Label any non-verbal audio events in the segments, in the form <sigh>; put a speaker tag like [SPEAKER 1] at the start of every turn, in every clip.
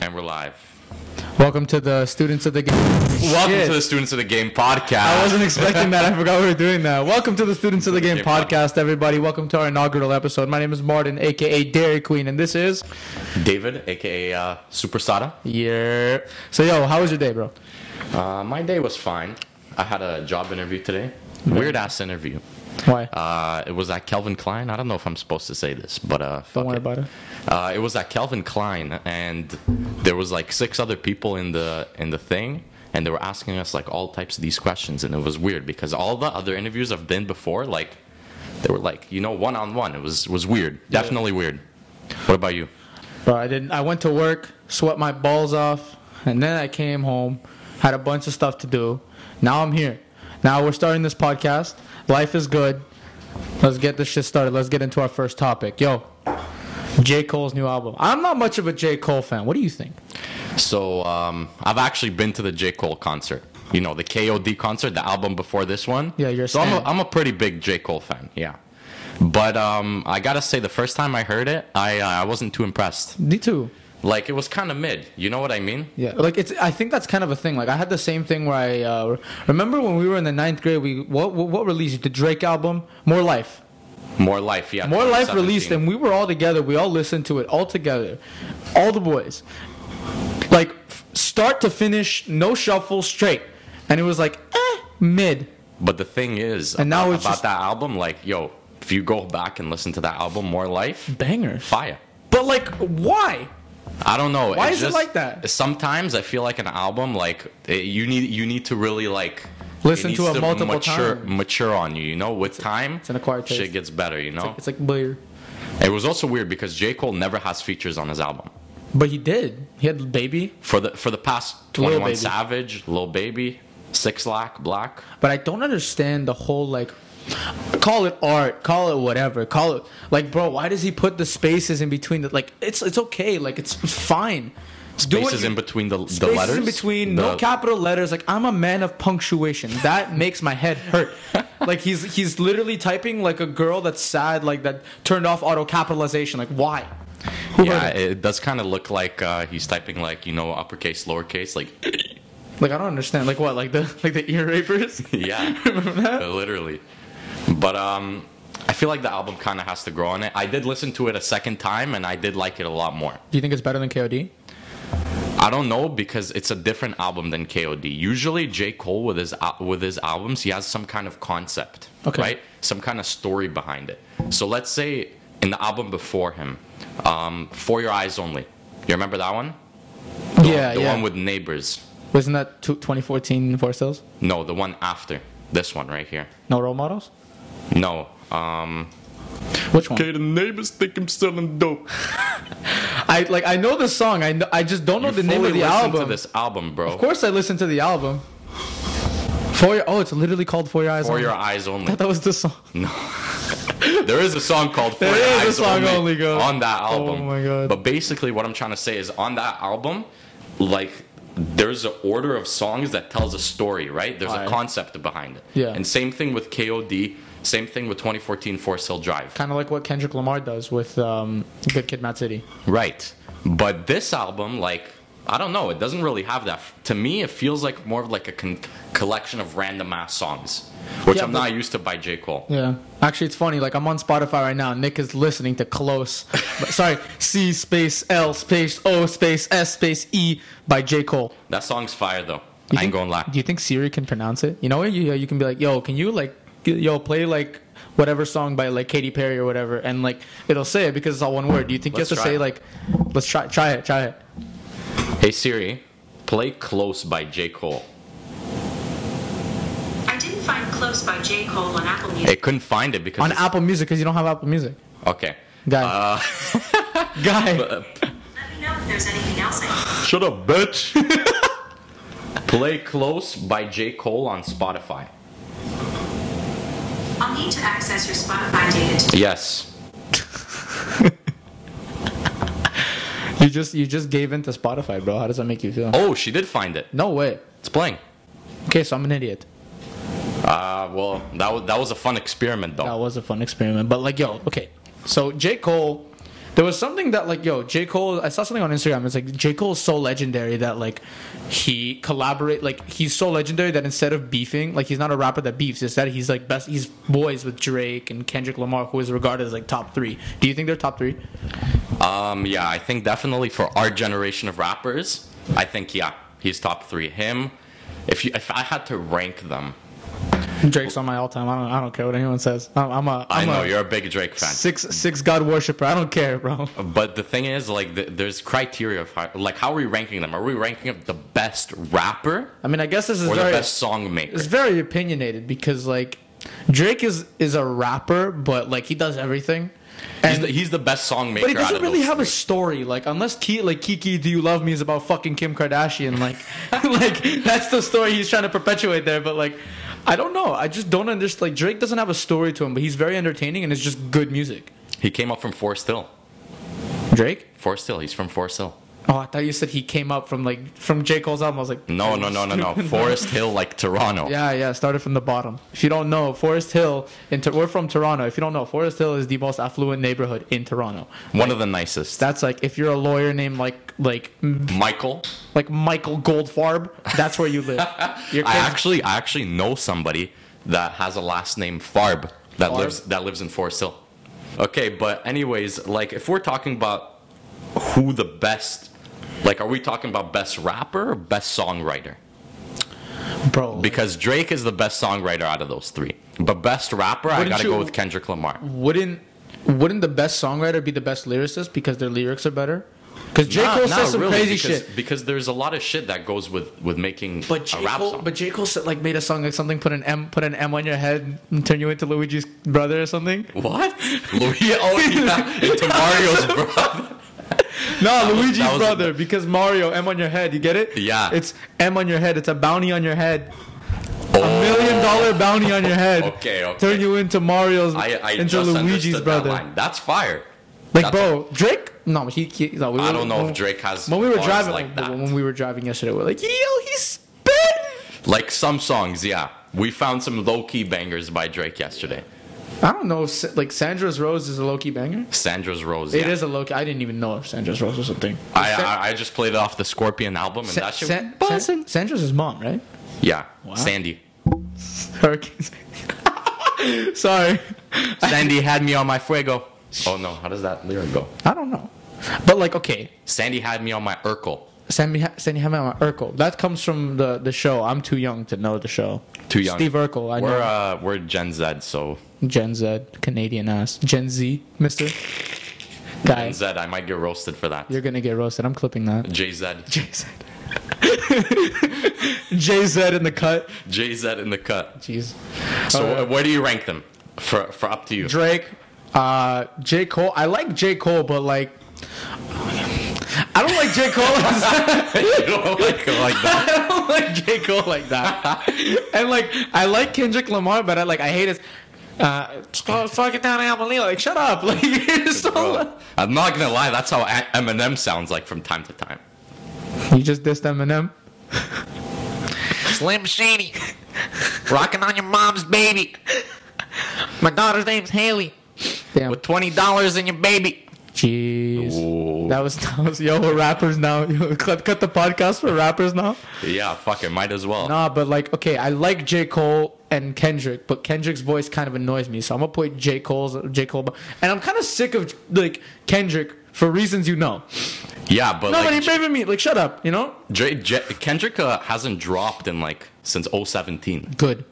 [SPEAKER 1] And we're live.
[SPEAKER 2] Welcome to the students of the game.
[SPEAKER 1] Welcome
[SPEAKER 2] Shit.
[SPEAKER 1] to the Students of the Game podcast.
[SPEAKER 2] I wasn't expecting that. I forgot we were doing that. Welcome to the Students of the Game
[SPEAKER 1] Game
[SPEAKER 2] podcast, everybody. Welcome to our inaugural episode. My name is Martin, aka Dairy Queen, and this is
[SPEAKER 1] David, aka uh, Super Sada.
[SPEAKER 2] yeah. So yo, how was your day, bro?
[SPEAKER 1] Uh, my day was fine. I had a job interview today. Weird ass interview.
[SPEAKER 2] Why?
[SPEAKER 1] Uh, it was at Kelvin Klein. I don't know if I'm supposed to say this, but uh, fuck
[SPEAKER 2] Don't worry
[SPEAKER 1] it.
[SPEAKER 2] about it.
[SPEAKER 1] Uh, it was at Kelvin Klein, and there was like six other people in the in the thing, and they were asking us like all types of these questions, and it was weird because all the other interviews I've been before, like they were like you know one on one. It was was weird, definitely weird. What about you?
[SPEAKER 2] Bro, I didn't. I went to work, sweat my balls off, and then I came home, had a bunch of stuff to do. Now I'm here. Now we're starting this podcast. Life is good. Let's get this shit started. Let's get into our first topic. Yo, J. Cole's new album. I'm not much of a J. Cole fan. What do you think?
[SPEAKER 1] So um, I've actually been to the J Cole concert. You know the K.O.D. concert, the album before this one.
[SPEAKER 2] Yeah, you're a
[SPEAKER 1] So I'm a,
[SPEAKER 2] stan.
[SPEAKER 1] I'm a pretty big J Cole fan. Yeah. But um, I gotta say, the first time I heard it, I uh, I wasn't too impressed.
[SPEAKER 2] Me too.
[SPEAKER 1] Like it was kind of mid. You know what I mean?
[SPEAKER 2] Yeah, like it's. I think that's kind of a thing. Like I had the same thing where I uh, re- remember when we were in the ninth grade. We what what, what released the Drake album? More Life.
[SPEAKER 1] More life, yeah.
[SPEAKER 2] More Life released,
[SPEAKER 1] 2017.
[SPEAKER 2] and we were all together. We all listened to it all together, all the boys, like f- start to finish, no shuffle, straight. And it was like eh, mid.
[SPEAKER 1] But the thing is,
[SPEAKER 2] And now
[SPEAKER 1] about,
[SPEAKER 2] it's
[SPEAKER 1] about
[SPEAKER 2] just-
[SPEAKER 1] that album. Like, yo, if you go back and listen to that album, More Life,
[SPEAKER 2] Banger.
[SPEAKER 1] fire.
[SPEAKER 2] But like, why?
[SPEAKER 1] I don't know.
[SPEAKER 2] Why
[SPEAKER 1] it's
[SPEAKER 2] is it like that?
[SPEAKER 1] Sometimes I feel like an album, like it, you need you need to really like
[SPEAKER 2] Listen
[SPEAKER 1] needs
[SPEAKER 2] to it multiple
[SPEAKER 1] mature,
[SPEAKER 2] times.
[SPEAKER 1] Mature on you, you know. With time,
[SPEAKER 2] it's an acquired taste.
[SPEAKER 1] Shit gets better, you know.
[SPEAKER 2] It's like Blair.
[SPEAKER 1] it was also weird because J Cole never has features on his album.
[SPEAKER 2] But he did. He had baby.
[SPEAKER 1] For the for the past
[SPEAKER 2] Lil
[SPEAKER 1] Twenty One
[SPEAKER 2] Baby.
[SPEAKER 1] Savage, Lil Baby, Six Lack, Black.
[SPEAKER 2] But I don't understand the whole like call it art, call it whatever, call it like bro, why does he put the spaces in between the like it's it's okay, like it's fine. Do what
[SPEAKER 1] Spaces
[SPEAKER 2] you-
[SPEAKER 1] in between the, the
[SPEAKER 2] spaces
[SPEAKER 1] letters.
[SPEAKER 2] in between, no
[SPEAKER 1] The-
[SPEAKER 2] capital letters. Like I'm a man of punctuation. That <laughs> makes my head hurt. like he's he's literally typing like a girl that's sad, like that turned off auto capitalization. Like why? Who
[SPEAKER 1] Yeah,
[SPEAKER 2] heard it?
[SPEAKER 1] it does kind of look like uh, he's typing like you know uppercase, lowercase, like
[SPEAKER 2] Like I don't understand. Like what? Like the <laughs> like the ear <laughs> rapers?
[SPEAKER 1] <laughs> yeah, literally. But um, I feel like the album kind of has to grow on it. I did listen to it a second time, and I did like it a lot more.
[SPEAKER 2] Do you think it's better than KOD?
[SPEAKER 1] I don't know because it's a different album than K.O.D. Usually, J. Cole with his al- with his albums, he has some kind of concept,
[SPEAKER 2] Okay.
[SPEAKER 1] right? Some kind of story behind it. So let's say in the album before him, um, "For Your Eyes Only," you remember that one?
[SPEAKER 2] yeah,
[SPEAKER 1] the
[SPEAKER 2] yeah.
[SPEAKER 1] one with neighbors.
[SPEAKER 2] Wasn't that two- 2014 for sales?
[SPEAKER 1] No, the one after this one right here.
[SPEAKER 2] No role models?
[SPEAKER 1] No. Um,
[SPEAKER 2] Which one?
[SPEAKER 1] the neighbors think I'm selling dope.
[SPEAKER 2] I like I know the song. I know, I just don't know the name of the album.
[SPEAKER 1] To this album, bro.
[SPEAKER 2] Of course, I listened to the album. For your oh, it's literally called For Your Eyes.
[SPEAKER 1] For
[SPEAKER 2] Only.
[SPEAKER 1] your eyes only.
[SPEAKER 2] <laughs> that was the song.
[SPEAKER 1] There is a song
[SPEAKER 2] <laughs>
[SPEAKER 1] called For
[SPEAKER 2] There
[SPEAKER 1] Your
[SPEAKER 2] is a
[SPEAKER 1] Eyes
[SPEAKER 2] song
[SPEAKER 1] Only,
[SPEAKER 2] only, girl.
[SPEAKER 1] on that album.
[SPEAKER 2] Oh my God.
[SPEAKER 1] But basically, what I'm trying to say is on that album, like there's an order of songs that tells a story, right? There's
[SPEAKER 2] Aye.
[SPEAKER 1] a concept behind it.
[SPEAKER 2] Yeah.
[SPEAKER 1] And same thing with KOD. Same thing with 2014 Forest Hill Drive.
[SPEAKER 2] Kind of like what Kendrick Lamar does with um, Good Kid, Mad City.
[SPEAKER 1] Right. But this album, like, I don't know. It doesn't really have that. To me, it feels like more of like a con- collection of random ass songs, which
[SPEAKER 2] Yeah,
[SPEAKER 1] I'm
[SPEAKER 2] but-
[SPEAKER 1] not used to by J. Cole.
[SPEAKER 2] Yeah. Actually, it's funny. Like I'm on Spotify right now. Nick is listening to Close. but, sorry, C space L space O space S space E by J Cole.
[SPEAKER 1] That song's fire, though. I
[SPEAKER 2] You
[SPEAKER 1] ain't
[SPEAKER 2] think-
[SPEAKER 1] gonna lie.
[SPEAKER 2] Do you think Siri can pronounce it? You know, you you can be like, yo, can you like, yo, play like whatever song by like Katy Perry or whatever, and like it'll say it because it's all one word. Do you think
[SPEAKER 1] Let's
[SPEAKER 2] you
[SPEAKER 1] try
[SPEAKER 2] have to say
[SPEAKER 1] it.
[SPEAKER 2] like, let's try, try it, try it?
[SPEAKER 1] Hey Siri, play Close by J. Cole.
[SPEAKER 3] I didn't find Close by J. Cole on Apple Music.
[SPEAKER 1] It couldn't find it because.
[SPEAKER 2] On
[SPEAKER 1] it's-
[SPEAKER 2] Apple Music because you don't have Apple Music,
[SPEAKER 1] Okay.
[SPEAKER 2] guy.
[SPEAKER 1] Uh,
[SPEAKER 2] <laughs> guy.
[SPEAKER 3] Let me know if there's anything else I can
[SPEAKER 1] <laughs> Shut up, bitch. <laughs> play Close by J. Cole on Spotify.
[SPEAKER 3] I'll need to access your Spotify data to
[SPEAKER 1] Yes.
[SPEAKER 2] you just you just gave in to Spotify, bro. How does that make you feel?
[SPEAKER 1] Oh, she did find it.
[SPEAKER 2] No way.
[SPEAKER 1] It's playing.
[SPEAKER 2] Okay, so I'm an idiot.
[SPEAKER 1] Uh, well, that was that was a fun experiment though.
[SPEAKER 2] That was a fun experiment, but like, yo, okay. So J Cole There was something that like, yo, J Cole. I saw something on Instagram. It's like J Cole is so legendary that like he collaborate. Like he's so legendary that instead of beefing, like he's not a rapper that beefs. Instead, he's like best. He's boys with Drake and Kendrick Lamar, who is regarded as like top three. Do you think they're top three?
[SPEAKER 1] Um, yeah, I think definitely for our generation of rappers, I think yeah, he's top three. Him, if you, if I had to rank them,
[SPEAKER 2] Drake's on my all time. I don't. I don't care what anyone says. I'm, I'm a.
[SPEAKER 1] i
[SPEAKER 2] I'm
[SPEAKER 1] know
[SPEAKER 2] a
[SPEAKER 1] you're a big Drake fan.
[SPEAKER 2] six six God worshiper. I don't care, bro.
[SPEAKER 1] But the thing is, like, th- there's criteria of how, like, how are we ranking them? Are we ranking up the best rapper
[SPEAKER 2] I mean, I guess this is
[SPEAKER 1] or the
[SPEAKER 2] very.
[SPEAKER 1] best song maker?
[SPEAKER 2] it's very opinionated because like Drake is is a rapper, but like he does everything.
[SPEAKER 1] He's
[SPEAKER 2] And,
[SPEAKER 1] the, he's the best song maker.
[SPEAKER 2] but he
[SPEAKER 1] out
[SPEAKER 2] doesn't
[SPEAKER 1] of
[SPEAKER 2] really
[SPEAKER 1] those
[SPEAKER 2] have a
[SPEAKER 1] three.
[SPEAKER 2] story, like unless Ki, like Kiki, do you love me is about fucking Kim
[SPEAKER 1] <laughs>
[SPEAKER 2] Kardashian, like, like that's the story he's trying to perpetuate there. But like, I don't know, I just don't understand. Like Drake doesn't have a story to him, but he's very entertaining and it's just good music.
[SPEAKER 1] He came up from Forest Hill.
[SPEAKER 2] Drake?
[SPEAKER 1] Forest Hill. He's from Forest Hill.
[SPEAKER 2] Oh, I thought you said he came up from like from J Cole's album. I was like,
[SPEAKER 1] No, no, no, no, no. Forest Hill, like Toronto.
[SPEAKER 2] Yeah, yeah. Started from the bottom. If you don't know, Forest Hill. In Tor- we're from Toronto. If you don't know, Forest Hill is the most affluent neighborhood in Toronto.
[SPEAKER 1] One of the nicest.
[SPEAKER 2] That's like if you're a lawyer named like like
[SPEAKER 1] Michael.
[SPEAKER 2] like Michael Goldfarb. That's
[SPEAKER 1] <laughs>
[SPEAKER 2] where you live. Your
[SPEAKER 1] I
[SPEAKER 2] kids-
[SPEAKER 1] actually, I actually know somebody that has a last name Farb that
[SPEAKER 2] Farb?
[SPEAKER 1] lives that lives in Forest Hill. Okay, but anyways, like if we're talking about who the best, like, are we talking about best rapper or best songwriter?
[SPEAKER 2] bro.
[SPEAKER 1] Because Drake is the best songwriter out of those three, but best rapper, I
[SPEAKER 2] Wouldn't
[SPEAKER 1] gotta
[SPEAKER 2] you-
[SPEAKER 1] go with Kendrick Lamar.
[SPEAKER 2] wouldn't wouldn't the best songwriter be the best lyricist because their lyrics are better? Because J
[SPEAKER 1] Nah,
[SPEAKER 2] Cole
[SPEAKER 1] nah,
[SPEAKER 2] says some
[SPEAKER 1] really,
[SPEAKER 2] crazy
[SPEAKER 1] because,
[SPEAKER 2] shit.
[SPEAKER 1] Because there's a lot of shit that goes with with making
[SPEAKER 2] But J.
[SPEAKER 1] a rap
[SPEAKER 2] Cole,
[SPEAKER 1] song.
[SPEAKER 2] but J. Cole said, like made a song like something put an M put an M on your head and turn you into Luigi's brother or something. <laughs>
[SPEAKER 1] what? Louis, oh
[SPEAKER 2] E
[SPEAKER 1] yeah, <laughs> into Mario's brother.
[SPEAKER 2] No, Luigi's
[SPEAKER 1] that was-
[SPEAKER 2] brother, because Mario, M on your head, you get it?
[SPEAKER 1] Yeah.
[SPEAKER 2] It's M on your head, it's a bounty on your head. A million dollar bounty on your head.
[SPEAKER 1] Oh. <laughs> Okay, okay.
[SPEAKER 2] Turn you into Mario's,
[SPEAKER 1] I, I
[SPEAKER 2] into
[SPEAKER 1] just
[SPEAKER 2] Luigi's
[SPEAKER 1] understood brother.
[SPEAKER 2] brother.
[SPEAKER 1] That line. That's fire.
[SPEAKER 2] Like,
[SPEAKER 1] That's
[SPEAKER 2] bro, Drake? No, he, he no, we
[SPEAKER 1] I
[SPEAKER 2] were-
[SPEAKER 1] don't know if
[SPEAKER 2] when-
[SPEAKER 1] Drake has
[SPEAKER 2] When we were
[SPEAKER 1] bars
[SPEAKER 2] driving,
[SPEAKER 1] like
[SPEAKER 2] but
[SPEAKER 1] that.
[SPEAKER 2] when we were driving yesterday, we are like, yo, he's spitting.
[SPEAKER 1] Like some songs, yeah. We found some low key bangers by Drake yesterday.
[SPEAKER 2] I don't know, if Sa- like Sandra's Rose is a low key banger.
[SPEAKER 1] Sandra's Rose.
[SPEAKER 2] It
[SPEAKER 1] yeah.
[SPEAKER 2] is a low key. I didn't even know if Sandra's Rose was something.
[SPEAKER 1] I, I I just played it off the Scorpion album and
[SPEAKER 2] Sa-
[SPEAKER 1] that shit.
[SPEAKER 2] Sa- Sa-
[SPEAKER 1] Buzzin'.
[SPEAKER 2] Sandra's his mom, right?
[SPEAKER 1] yeah. Sandy.
[SPEAKER 2] <laughs> Hurricanes. <laughs> Sorry.
[SPEAKER 1] Sandy had me on my fuego. Oh no, how does that lyric go?
[SPEAKER 2] I don't know. But like, okay,
[SPEAKER 1] Sandy had me on my Urkel.
[SPEAKER 2] Sammy Sandy Hammer Urkel. That comes from the the show. I'm too young to know the show.
[SPEAKER 1] Too young.
[SPEAKER 2] Steve Urkel. I
[SPEAKER 1] We're
[SPEAKER 2] know.
[SPEAKER 1] uh we're Gen Z, so
[SPEAKER 2] Gen Z, Canadian ass. Gen Z, Mister. Guy,
[SPEAKER 1] Gen Z, I might get roasted for that.
[SPEAKER 2] you're gonna get roasted. I'm clipping that. <laughs>
[SPEAKER 1] Jay Z.
[SPEAKER 2] Jay Z. Jay Z in the cut.
[SPEAKER 1] Jay Z in the cut.
[SPEAKER 2] Jeez.
[SPEAKER 1] So
[SPEAKER 2] Alright.
[SPEAKER 1] wh- where do you rank them? For for up to you.
[SPEAKER 2] Drake, uh, J. Cole. I like J. Cole, but like, I don't like J. Cole. <laughs>
[SPEAKER 1] you don't like, <laughs> like that.
[SPEAKER 2] I don't like J. Cole like that. and like, I like Kendrick Lamar, but I like, I hate his. Uh, oh, fuck it down, Amalio. Like, shut up. <laughs> Like, you're so.
[SPEAKER 1] Bro, I'm not gonna lie, that's how A- Eminem sounds like from time to time.
[SPEAKER 2] You just dissed Eminem.
[SPEAKER 4] Slim Shady. Rocking on your mom's baby. My daughter's name's Haley.
[SPEAKER 2] Damn.
[SPEAKER 4] With $20 in your baby.
[SPEAKER 2] Jeez.
[SPEAKER 1] Ooh.
[SPEAKER 2] That was, that was yo. We're rappers now. <laughs> Yo, cut, cut the podcast. We're rappers now.
[SPEAKER 1] Yeah, fuck it, might as well.
[SPEAKER 2] Nah, but like, okay, I like J. Cole and Kendrick, but Kendrick's voice kind of annoys me, so I'm gonna play J. Cole's J. Cole, and I'm kind of sick of like Kendrick for reasons you know.
[SPEAKER 1] Yeah, but
[SPEAKER 2] Nobody
[SPEAKER 1] like,
[SPEAKER 2] like, favored me. Like, shut up. You know,
[SPEAKER 1] Dra- J- Kendrick uh, hasn't dropped in like since 017.
[SPEAKER 2] <laughs> good.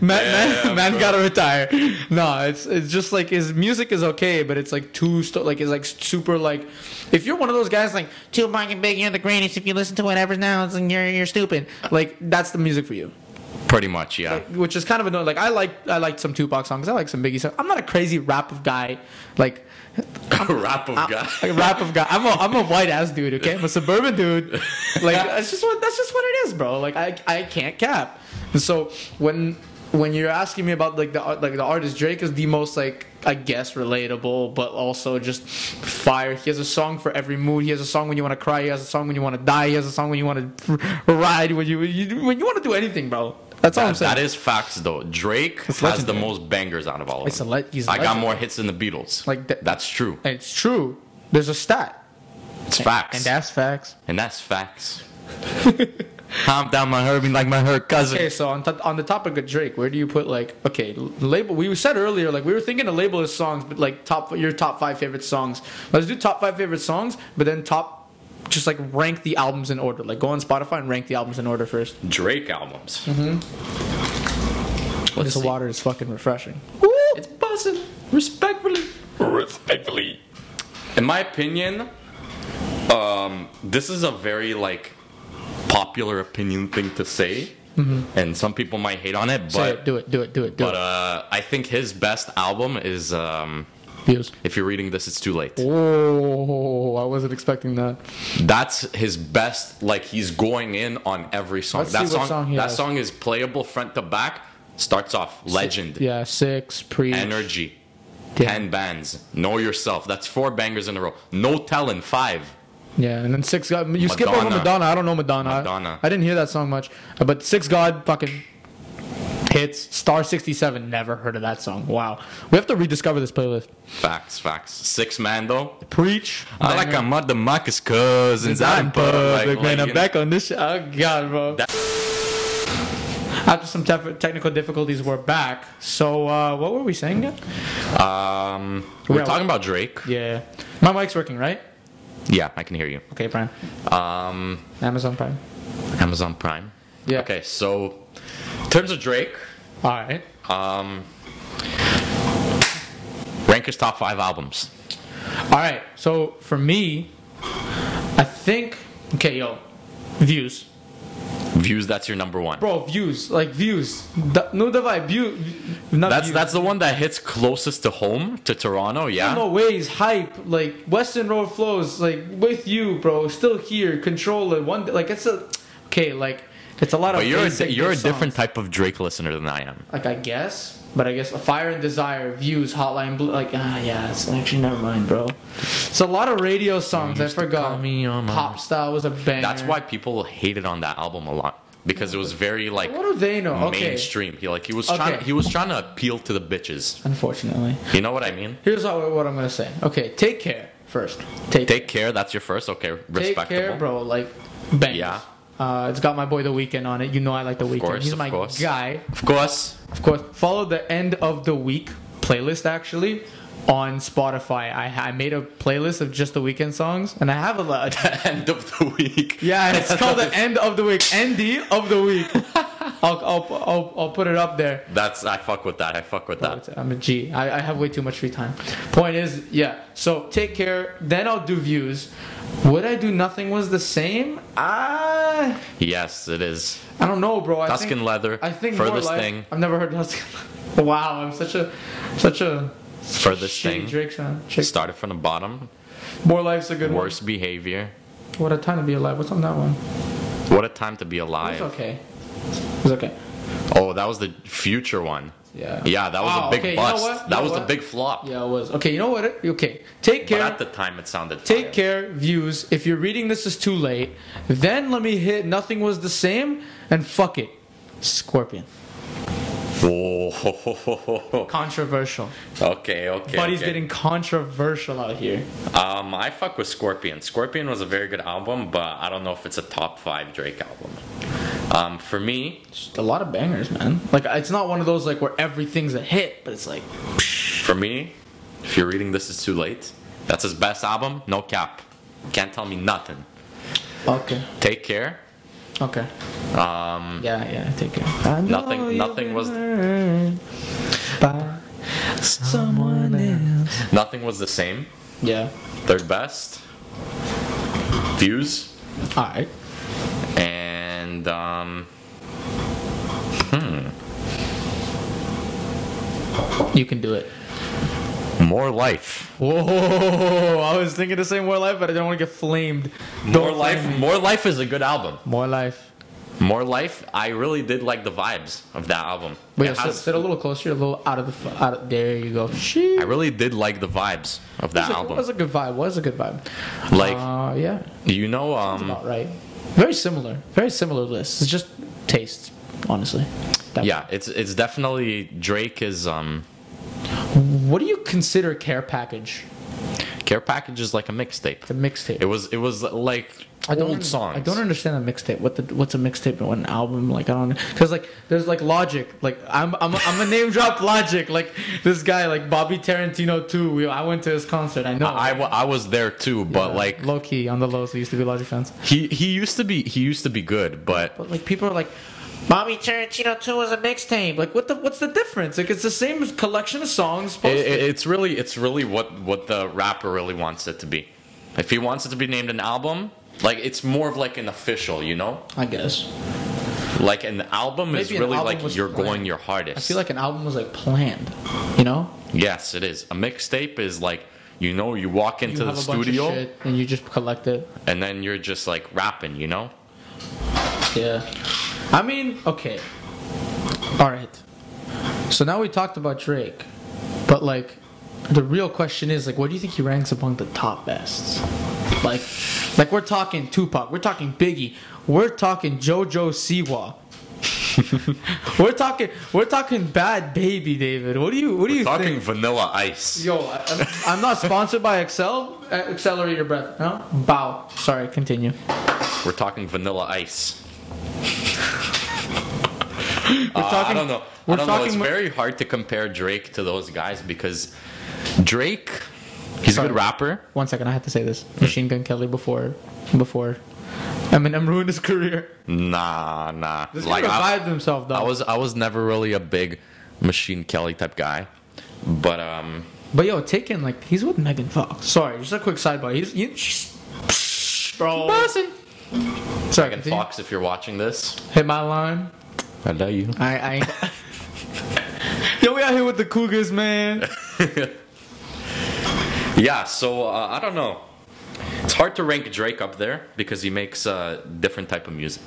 [SPEAKER 2] man, man, man
[SPEAKER 1] bro.
[SPEAKER 2] gotta retire. No, it's it's just like his music is okay, but it's like too sto- like it's like super like. If you're one of those guys like
[SPEAKER 4] Too fucking big, you're the greatest. If you listen to whatever's now, it's, you're, you're stupid.
[SPEAKER 2] like that's the music for you.
[SPEAKER 1] Pretty much, yeah. <laughs>
[SPEAKER 2] which is kind of annoying. Like I like I like some Tupac songs. I like some Biggie songs. I'm not a crazy rap of guy. Like
[SPEAKER 1] Rap of God.
[SPEAKER 2] like rap of guy. I'm a I'm a white ass dude. Okay, I'm a suburban dude.
[SPEAKER 1] <laughs>
[SPEAKER 2] Like that's just what that's just what it is, bro. Like I I can't cap. And so when when you're asking me about like the art- like the artist Drake is the most like I guess relatable, but also just fire. He has a song for every mood. He has a song when you want to cry. He has a song when you want to die. He has a song when you want to ride. When you, you when you want to do anything, bro. That's all I'm
[SPEAKER 1] That,
[SPEAKER 2] saying.
[SPEAKER 1] that is facts though. Drake
[SPEAKER 2] It's
[SPEAKER 1] has the
[SPEAKER 2] legendary.
[SPEAKER 1] most bangers out of all of
[SPEAKER 2] It's a
[SPEAKER 1] them.
[SPEAKER 2] le- he's
[SPEAKER 1] I got
[SPEAKER 2] legendary.
[SPEAKER 1] more hits than the Beatles.
[SPEAKER 2] Like that-
[SPEAKER 1] that's true.
[SPEAKER 2] And it's true. There's a stat,
[SPEAKER 1] It's facts.
[SPEAKER 2] and that's facts.
[SPEAKER 1] And that's
[SPEAKER 2] <laughs>
[SPEAKER 1] facts. Calm down, my Herbie, like my her cousin.
[SPEAKER 2] Okay, so on, t- on the topic of Drake, where do you put like okay l- label? We said earlier like we were thinking to label his songs, but like top your top five favorite songs. Let's do top five favorite songs, but then top just like rank the albums in order. Like go on Spotify and rank the albums in order first.
[SPEAKER 1] Drake albums.
[SPEAKER 2] this
[SPEAKER 1] see.
[SPEAKER 2] water is fucking refreshing.
[SPEAKER 1] It's buzzing. Respectfully. Respectfully. In my opinion, um, this is a very like popular opinion thing to say, and some people might hate on it, but.
[SPEAKER 2] Mm-hmm. Say it, do it, do it, do it, do
[SPEAKER 1] but
[SPEAKER 2] it.
[SPEAKER 1] uh, I think his best album is um,
[SPEAKER 2] Views.
[SPEAKER 1] if you're reading this, it's too late.
[SPEAKER 2] Oh, I wasn't expecting that.
[SPEAKER 1] That's his best. Like he's going in on every song.
[SPEAKER 2] Let's
[SPEAKER 1] that
[SPEAKER 2] see
[SPEAKER 1] song,
[SPEAKER 2] what song he
[SPEAKER 1] that
[SPEAKER 2] has.
[SPEAKER 1] song is playable front to back. Starts off legend,
[SPEAKER 2] Yeah, six pre
[SPEAKER 1] energy,
[SPEAKER 2] Yeah.
[SPEAKER 1] ten bands, know yourself. That's four bangers in a row. No telling five.
[SPEAKER 2] Yeah, and then six God. You skip over
[SPEAKER 1] Madonna.
[SPEAKER 2] Madonna. I don't know Madonna. I-
[SPEAKER 1] Madonna.
[SPEAKER 2] I, didn't hear that song much, Uh, but six God fucking hits star sixty seven. Never heard of that song. Wow, we have to rediscover this playlist.
[SPEAKER 1] Facts, facts. Six man though.
[SPEAKER 2] Preach.
[SPEAKER 1] I like a mother Marcus cousins out in public.
[SPEAKER 2] man.
[SPEAKER 1] Like,
[SPEAKER 2] I'm
[SPEAKER 1] you know,
[SPEAKER 2] back on this. Sh- oh God, bro.
[SPEAKER 1] That-
[SPEAKER 2] After some tef- technical difficulties, we're back. So, uh, what were we saying? again?
[SPEAKER 1] Um, we're
[SPEAKER 2] Yeah,
[SPEAKER 1] talking about Drake.
[SPEAKER 2] Yeah, my mic's working, right?
[SPEAKER 1] Yeah, I can hear you.
[SPEAKER 2] Okay, Brian.
[SPEAKER 1] Um,
[SPEAKER 2] Amazon Prime.
[SPEAKER 1] Amazon Prime.
[SPEAKER 2] Yeah.
[SPEAKER 1] Okay, so in terms of Drake,
[SPEAKER 2] All right.
[SPEAKER 1] um, rank his top five albums.
[SPEAKER 2] All right. So for me, I think okay, yo, views,
[SPEAKER 1] Views, that's your number one.
[SPEAKER 2] bro, views, like views. Da, no, давай, view. Not
[SPEAKER 1] that's
[SPEAKER 2] views.
[SPEAKER 1] that's the one that hits closest to home to Toronto. Yeah.
[SPEAKER 2] No ways, hype, like Western Road flows, like with you, bro. Still here, control it. One, like it's a okay, like it's a lot
[SPEAKER 1] But
[SPEAKER 2] of.
[SPEAKER 1] you're a,
[SPEAKER 2] basic
[SPEAKER 1] di- you're a
[SPEAKER 2] songs.
[SPEAKER 1] different type of Drake listener than I am.
[SPEAKER 2] Like I guess, but I guess a fire and desire, views, hotline blue. Like ah, yeah, it's actually never mind, bro. It's a lot of radio songs. I forgot.
[SPEAKER 1] me on my-
[SPEAKER 2] Pop style was a banger.
[SPEAKER 1] That's why people hated on that album a lot because it was very like
[SPEAKER 2] What do they know? Okay.
[SPEAKER 1] mainstream. He like he was
[SPEAKER 2] Okay.
[SPEAKER 1] trying he was trying to appeal to the bitches.
[SPEAKER 2] Unfortunately.
[SPEAKER 1] You know what I mean?
[SPEAKER 2] Here's all, what I'm gonna say. Okay, take care first. Take
[SPEAKER 1] Take care. That's your first. Okay,
[SPEAKER 2] take
[SPEAKER 1] respectable.
[SPEAKER 2] care, bro. Like, bang.
[SPEAKER 1] Yeah.
[SPEAKER 2] Uh, it's got my boy The Weekend on it. You know I like The Weekend.
[SPEAKER 1] course,
[SPEAKER 2] He's
[SPEAKER 1] of
[SPEAKER 2] my
[SPEAKER 1] course.
[SPEAKER 2] guy.
[SPEAKER 1] Of course. <laughs>
[SPEAKER 2] Of course. Follow the end of the week playlist actually on Spotify. I, I made a playlist of just The Weekend songs, and I have a
[SPEAKER 1] <laughs>
[SPEAKER 2] lot.
[SPEAKER 1] End of the week.
[SPEAKER 2] Yeah, it's called the end of the week. ND of the week.
[SPEAKER 1] <laughs>
[SPEAKER 2] I'll, I'll, I'll, I'll put it up there.
[SPEAKER 1] That's I fuck with that. I fuck with that.
[SPEAKER 2] I'm a G. I, I have way too much free time. Point is, yeah. So take care. Then I'll do views. Would I do nothing was the same? I
[SPEAKER 1] Yes, it is.
[SPEAKER 2] I don't know, bro. I
[SPEAKER 1] Dusk
[SPEAKER 2] think,
[SPEAKER 1] and leather.
[SPEAKER 2] I think more
[SPEAKER 1] furthest
[SPEAKER 2] life-
[SPEAKER 1] thing.
[SPEAKER 2] I've never heard Dusk. and Leather. <laughs> wow, I'm such a such a
[SPEAKER 1] Furthest
[SPEAKER 2] shitty
[SPEAKER 1] thing.
[SPEAKER 2] Drake fan. Chick-
[SPEAKER 1] Started from the bottom.
[SPEAKER 2] More life's a good
[SPEAKER 1] Worst behavior.
[SPEAKER 2] one. What a time to be alive. What's on that one?
[SPEAKER 1] What a time to be
[SPEAKER 2] It's
[SPEAKER 1] alive.
[SPEAKER 2] okay. It's okay.
[SPEAKER 1] Oh, that was the future one.
[SPEAKER 2] Yeah.
[SPEAKER 1] Yeah, that was
[SPEAKER 2] Wow,
[SPEAKER 1] a big
[SPEAKER 2] okay, you know
[SPEAKER 1] bust.
[SPEAKER 2] what? You
[SPEAKER 1] That
[SPEAKER 2] know
[SPEAKER 1] was the
[SPEAKER 2] what?
[SPEAKER 1] big flop.
[SPEAKER 2] Yeah, it was. Okay, you know what? Okay, take
[SPEAKER 1] But
[SPEAKER 2] care.
[SPEAKER 1] at the time, it sounded.
[SPEAKER 2] Take
[SPEAKER 1] fire.
[SPEAKER 2] care, views. If you're reading this is too late, then let me hit nothing was the same and fuck it. Scorpion.
[SPEAKER 1] Whoa. ho, ho, ho, ho, ho.
[SPEAKER 2] Controversial.
[SPEAKER 1] <laughs> Okay, okay.
[SPEAKER 2] Buddy's
[SPEAKER 1] okay.
[SPEAKER 2] getting controversial out here.
[SPEAKER 1] Um, I fuck with Scorpion. Scorpion was a very good album, but I don't know if it's a top five Drake album. Um, for me,
[SPEAKER 2] Just a lot of bangers, man. Like it's not one of those like where everything's a hit, but it's like
[SPEAKER 1] for me, if you're reading this, it's too late. That's his best album. No cap. Can't tell me nothing.
[SPEAKER 2] okay,
[SPEAKER 1] Take care.
[SPEAKER 2] okay.
[SPEAKER 1] Um,
[SPEAKER 2] Yeah, yeah. Take care. I know
[SPEAKER 1] Nothing-
[SPEAKER 2] you've
[SPEAKER 1] nothing
[SPEAKER 2] been
[SPEAKER 1] was-
[SPEAKER 2] hurt by someone else.
[SPEAKER 1] nothing was the same.
[SPEAKER 2] Yeah.
[SPEAKER 1] Third best. Views.
[SPEAKER 2] All right.
[SPEAKER 1] And um,
[SPEAKER 2] You can do it.
[SPEAKER 1] more life.
[SPEAKER 2] Whoa! I was thinking the same more life, but I don't want to get flamed.
[SPEAKER 1] More
[SPEAKER 2] Don't
[SPEAKER 1] life.
[SPEAKER 2] flame me.
[SPEAKER 1] More life is a good album.
[SPEAKER 2] More life.
[SPEAKER 1] More life. I really did like the vibes of that album.
[SPEAKER 2] Wait,
[SPEAKER 1] It
[SPEAKER 2] sit,
[SPEAKER 1] has-
[SPEAKER 2] sit a little closer, a little out of the. f- Out of, there you go. Sheesh.
[SPEAKER 1] I really did like the vibes of that
[SPEAKER 2] was a,
[SPEAKER 1] album.
[SPEAKER 2] was a good vibe. Was a good vibe.
[SPEAKER 1] Like-
[SPEAKER 2] uh, yeah,
[SPEAKER 1] you know, um,
[SPEAKER 2] about right. Very similar. Very similar lists. It's just tastes. honestly. That-
[SPEAKER 1] Yeah, it's it's definitely Drake is um
[SPEAKER 2] What do you consider care package?
[SPEAKER 1] care package is like a mixtape.
[SPEAKER 2] It's a mixtape.
[SPEAKER 1] It was it was like
[SPEAKER 2] I don't
[SPEAKER 1] old
[SPEAKER 2] under-
[SPEAKER 1] songs.
[SPEAKER 2] I don't understand a mixtape. What the what's a mixtape and what an album? Like I don't because like there's like Logic. Like I'm I'm I'm a name drop <laughs> Logic. Like this guy like Bobby Tarantino too. We, I went to his concert. I know.
[SPEAKER 1] I, I, wa- I was there too, but like
[SPEAKER 2] low key on the lows. We used to be Logic fans.
[SPEAKER 1] he he used to be he used to be good, but
[SPEAKER 2] But like people are like, Bobby Tarantino two is a mixtape. Like what the what's the difference? Like it's the same collection of songs.
[SPEAKER 1] it,
[SPEAKER 2] posted.
[SPEAKER 1] it- it's really it's really what what the rapper really wants it to be. If he wants it to be named an album, like it's more of like an official, you know?
[SPEAKER 2] I guess.
[SPEAKER 1] Like an album is
[SPEAKER 2] Maybe an
[SPEAKER 1] really
[SPEAKER 2] album
[SPEAKER 1] like
[SPEAKER 2] was
[SPEAKER 1] you're
[SPEAKER 2] planned.
[SPEAKER 1] going your hardest.
[SPEAKER 2] I feel like an album was like planned. You know.
[SPEAKER 1] yes, it is. A mixtape is like you know you walk
[SPEAKER 2] You
[SPEAKER 1] into the
[SPEAKER 2] have a bunch of
[SPEAKER 1] studio
[SPEAKER 2] shit and you just collect it.
[SPEAKER 1] and then you're just like rapping, you know?
[SPEAKER 2] Yeah. I mean, okay. All right. So now we talked about Drake, but like, the real question is like, what do you think he ranks among the top bests? Like, like we're talking Tupac, we're talking Biggie, we're talking
[SPEAKER 1] <laughs>
[SPEAKER 2] JoJo Siwa. we're talking, we're talking Bad Baby, David. What do you, what do you
[SPEAKER 1] Talking
[SPEAKER 2] think?
[SPEAKER 1] Vanilla Ice.
[SPEAKER 2] Yo, I, I'm, I'm not sponsored by Excel. Uh, Accelerate your breath. No, bow. Sorry, continue.
[SPEAKER 1] We're talking Vanilla Ice.
[SPEAKER 2] We're
[SPEAKER 1] Uh, I don't know.
[SPEAKER 2] We're
[SPEAKER 1] I don't know.
[SPEAKER 2] talking
[SPEAKER 1] It's
[SPEAKER 2] mo-
[SPEAKER 1] very hard to compare Drake to those guys because Drake, he's a
[SPEAKER 2] Sorry.
[SPEAKER 1] good rapper.
[SPEAKER 2] One second, I had to say this. Machine Gun Kelly before, before Eminem ruined his career.
[SPEAKER 1] Nah, nah.
[SPEAKER 2] This
[SPEAKER 1] Like
[SPEAKER 2] guy
[SPEAKER 1] I,
[SPEAKER 2] revived himself, though.
[SPEAKER 1] I was, I was never really a big Machine Kelly type guy, but um,
[SPEAKER 2] but yo, Taken, like he's with Megan Fox. Sorry, just a quick sidebar. He's you, she's, bro. Sorry,
[SPEAKER 1] Megan
[SPEAKER 2] continue.
[SPEAKER 1] Fox, if you're watching this,
[SPEAKER 2] Hit my line.
[SPEAKER 1] I love you.
[SPEAKER 2] I, I
[SPEAKER 1] <laughs>
[SPEAKER 2] ain't- yo, we out here with the Cougars, man.
[SPEAKER 1] Yeah, so uh, I don't know. It's hard to rank Drake up there because he makes uh, different type of music.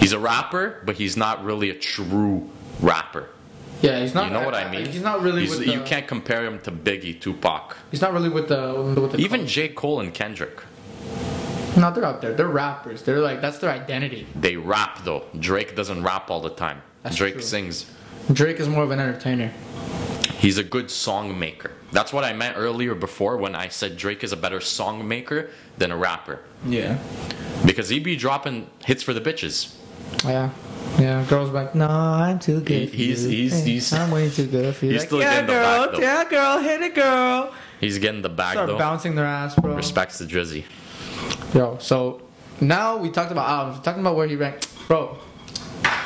[SPEAKER 1] He's a rapper, but he's not really a true rapper.
[SPEAKER 2] Yeah, he's not.
[SPEAKER 1] You know what I mean?
[SPEAKER 2] He's not really.
[SPEAKER 1] He's-
[SPEAKER 2] with the,
[SPEAKER 1] you can't compare him to Biggie, Tupac,
[SPEAKER 2] He's not really with the. With the
[SPEAKER 1] even J. Cole and Kendrick.
[SPEAKER 2] No, they're out there. They're rappers. They're like that's their identity.
[SPEAKER 1] They rap though. Drake doesn't rap all the time.
[SPEAKER 2] That's
[SPEAKER 1] Drake
[SPEAKER 2] true.
[SPEAKER 1] sings.
[SPEAKER 2] Drake is more of an entertainer.
[SPEAKER 1] He's a good song maker. That's what I meant earlier before when I said Drake is a better song maker than a rapper
[SPEAKER 2] Yeah.
[SPEAKER 1] because he be dropping hits for the bitches.
[SPEAKER 2] Yeah. Yeah, girls back. No, I'm too good. for
[SPEAKER 1] he's-
[SPEAKER 2] you.
[SPEAKER 1] he's- he's-
[SPEAKER 2] I'm way too good for you.
[SPEAKER 1] he's
[SPEAKER 2] Like,
[SPEAKER 1] still
[SPEAKER 2] yeah,
[SPEAKER 1] getting the back,
[SPEAKER 2] girl.
[SPEAKER 1] though.
[SPEAKER 2] yeah, girl. Hit it, girl.
[SPEAKER 1] He's getting the bag
[SPEAKER 2] Start
[SPEAKER 1] though.
[SPEAKER 2] bouncing their ass, bro.
[SPEAKER 1] Respects to Drizzy.
[SPEAKER 2] Yo, so now we talked about albums. We're talking about where he ranked, bro.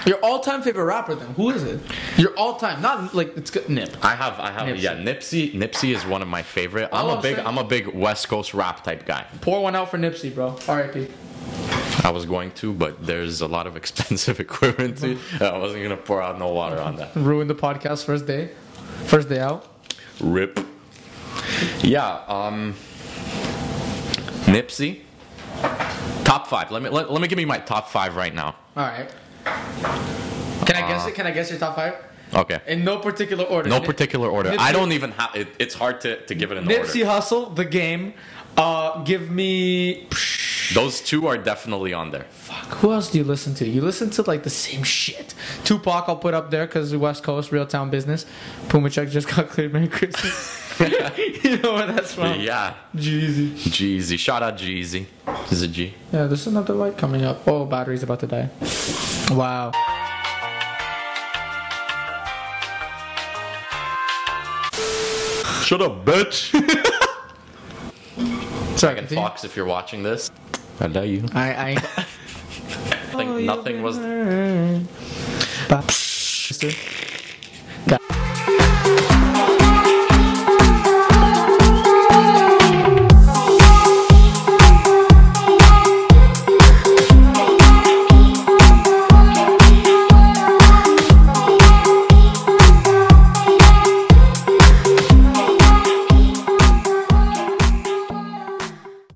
[SPEAKER 2] Your all-time favorite rapper, then who is it? Your all-time, not like it's good. Nip.
[SPEAKER 1] I have, I have,
[SPEAKER 2] Nipsey.
[SPEAKER 1] yeah. Nipsey, Nipsey is one of my favorite. I'm
[SPEAKER 2] All
[SPEAKER 1] a
[SPEAKER 2] I'm
[SPEAKER 1] big,
[SPEAKER 2] saying-
[SPEAKER 1] I'm a big West Coast rap type guy.
[SPEAKER 2] Pour one out for Nipsey, bro. R.I.P.
[SPEAKER 1] I was going to, but there's a lot of expensive <laughs> equipment. To, I wasn't gonna pour out no water on that.
[SPEAKER 2] Ruined the podcast first day, first day out.
[SPEAKER 1] Rip. Yeah. Um. Nipsey. Top five. Let me let, let me give me my top five right now.
[SPEAKER 2] All right. Can I guess it? Can I guess your top five?
[SPEAKER 1] Okay.
[SPEAKER 2] In no particular order.
[SPEAKER 1] Uh. No
[SPEAKER 2] Nip-
[SPEAKER 1] particular order.
[SPEAKER 2] Nipsey-
[SPEAKER 1] I don't even have. It, it's hard to, to give it an
[SPEAKER 2] Nipsey
[SPEAKER 1] order.
[SPEAKER 2] Hustle, the game. Uh, give me.
[SPEAKER 1] Those two are definitely on there.
[SPEAKER 2] Fuck, who else do you listen to? You listen to like the same shit. Tupac, I'll put up there because West Coast, real town business. Puma Chuck just <laughs> got cleared.
[SPEAKER 1] <laughs>
[SPEAKER 2] Merry Christmas. you know where that's from?
[SPEAKER 1] Yeah.
[SPEAKER 2] Jeezy.
[SPEAKER 1] Jeezy. Shout out Jeezy. Is it G?
[SPEAKER 2] Yeah, there's another light coming up. Oh, battery's about to die. Wow.
[SPEAKER 1] Shut up, bitch.
[SPEAKER 2] Sorry,
[SPEAKER 1] And
[SPEAKER 2] continue.
[SPEAKER 1] Fox, if you're watching this, I love you. <laughs>
[SPEAKER 2] I, <laughs> I
[SPEAKER 1] Nothing, nothing was.
[SPEAKER 2] Bye.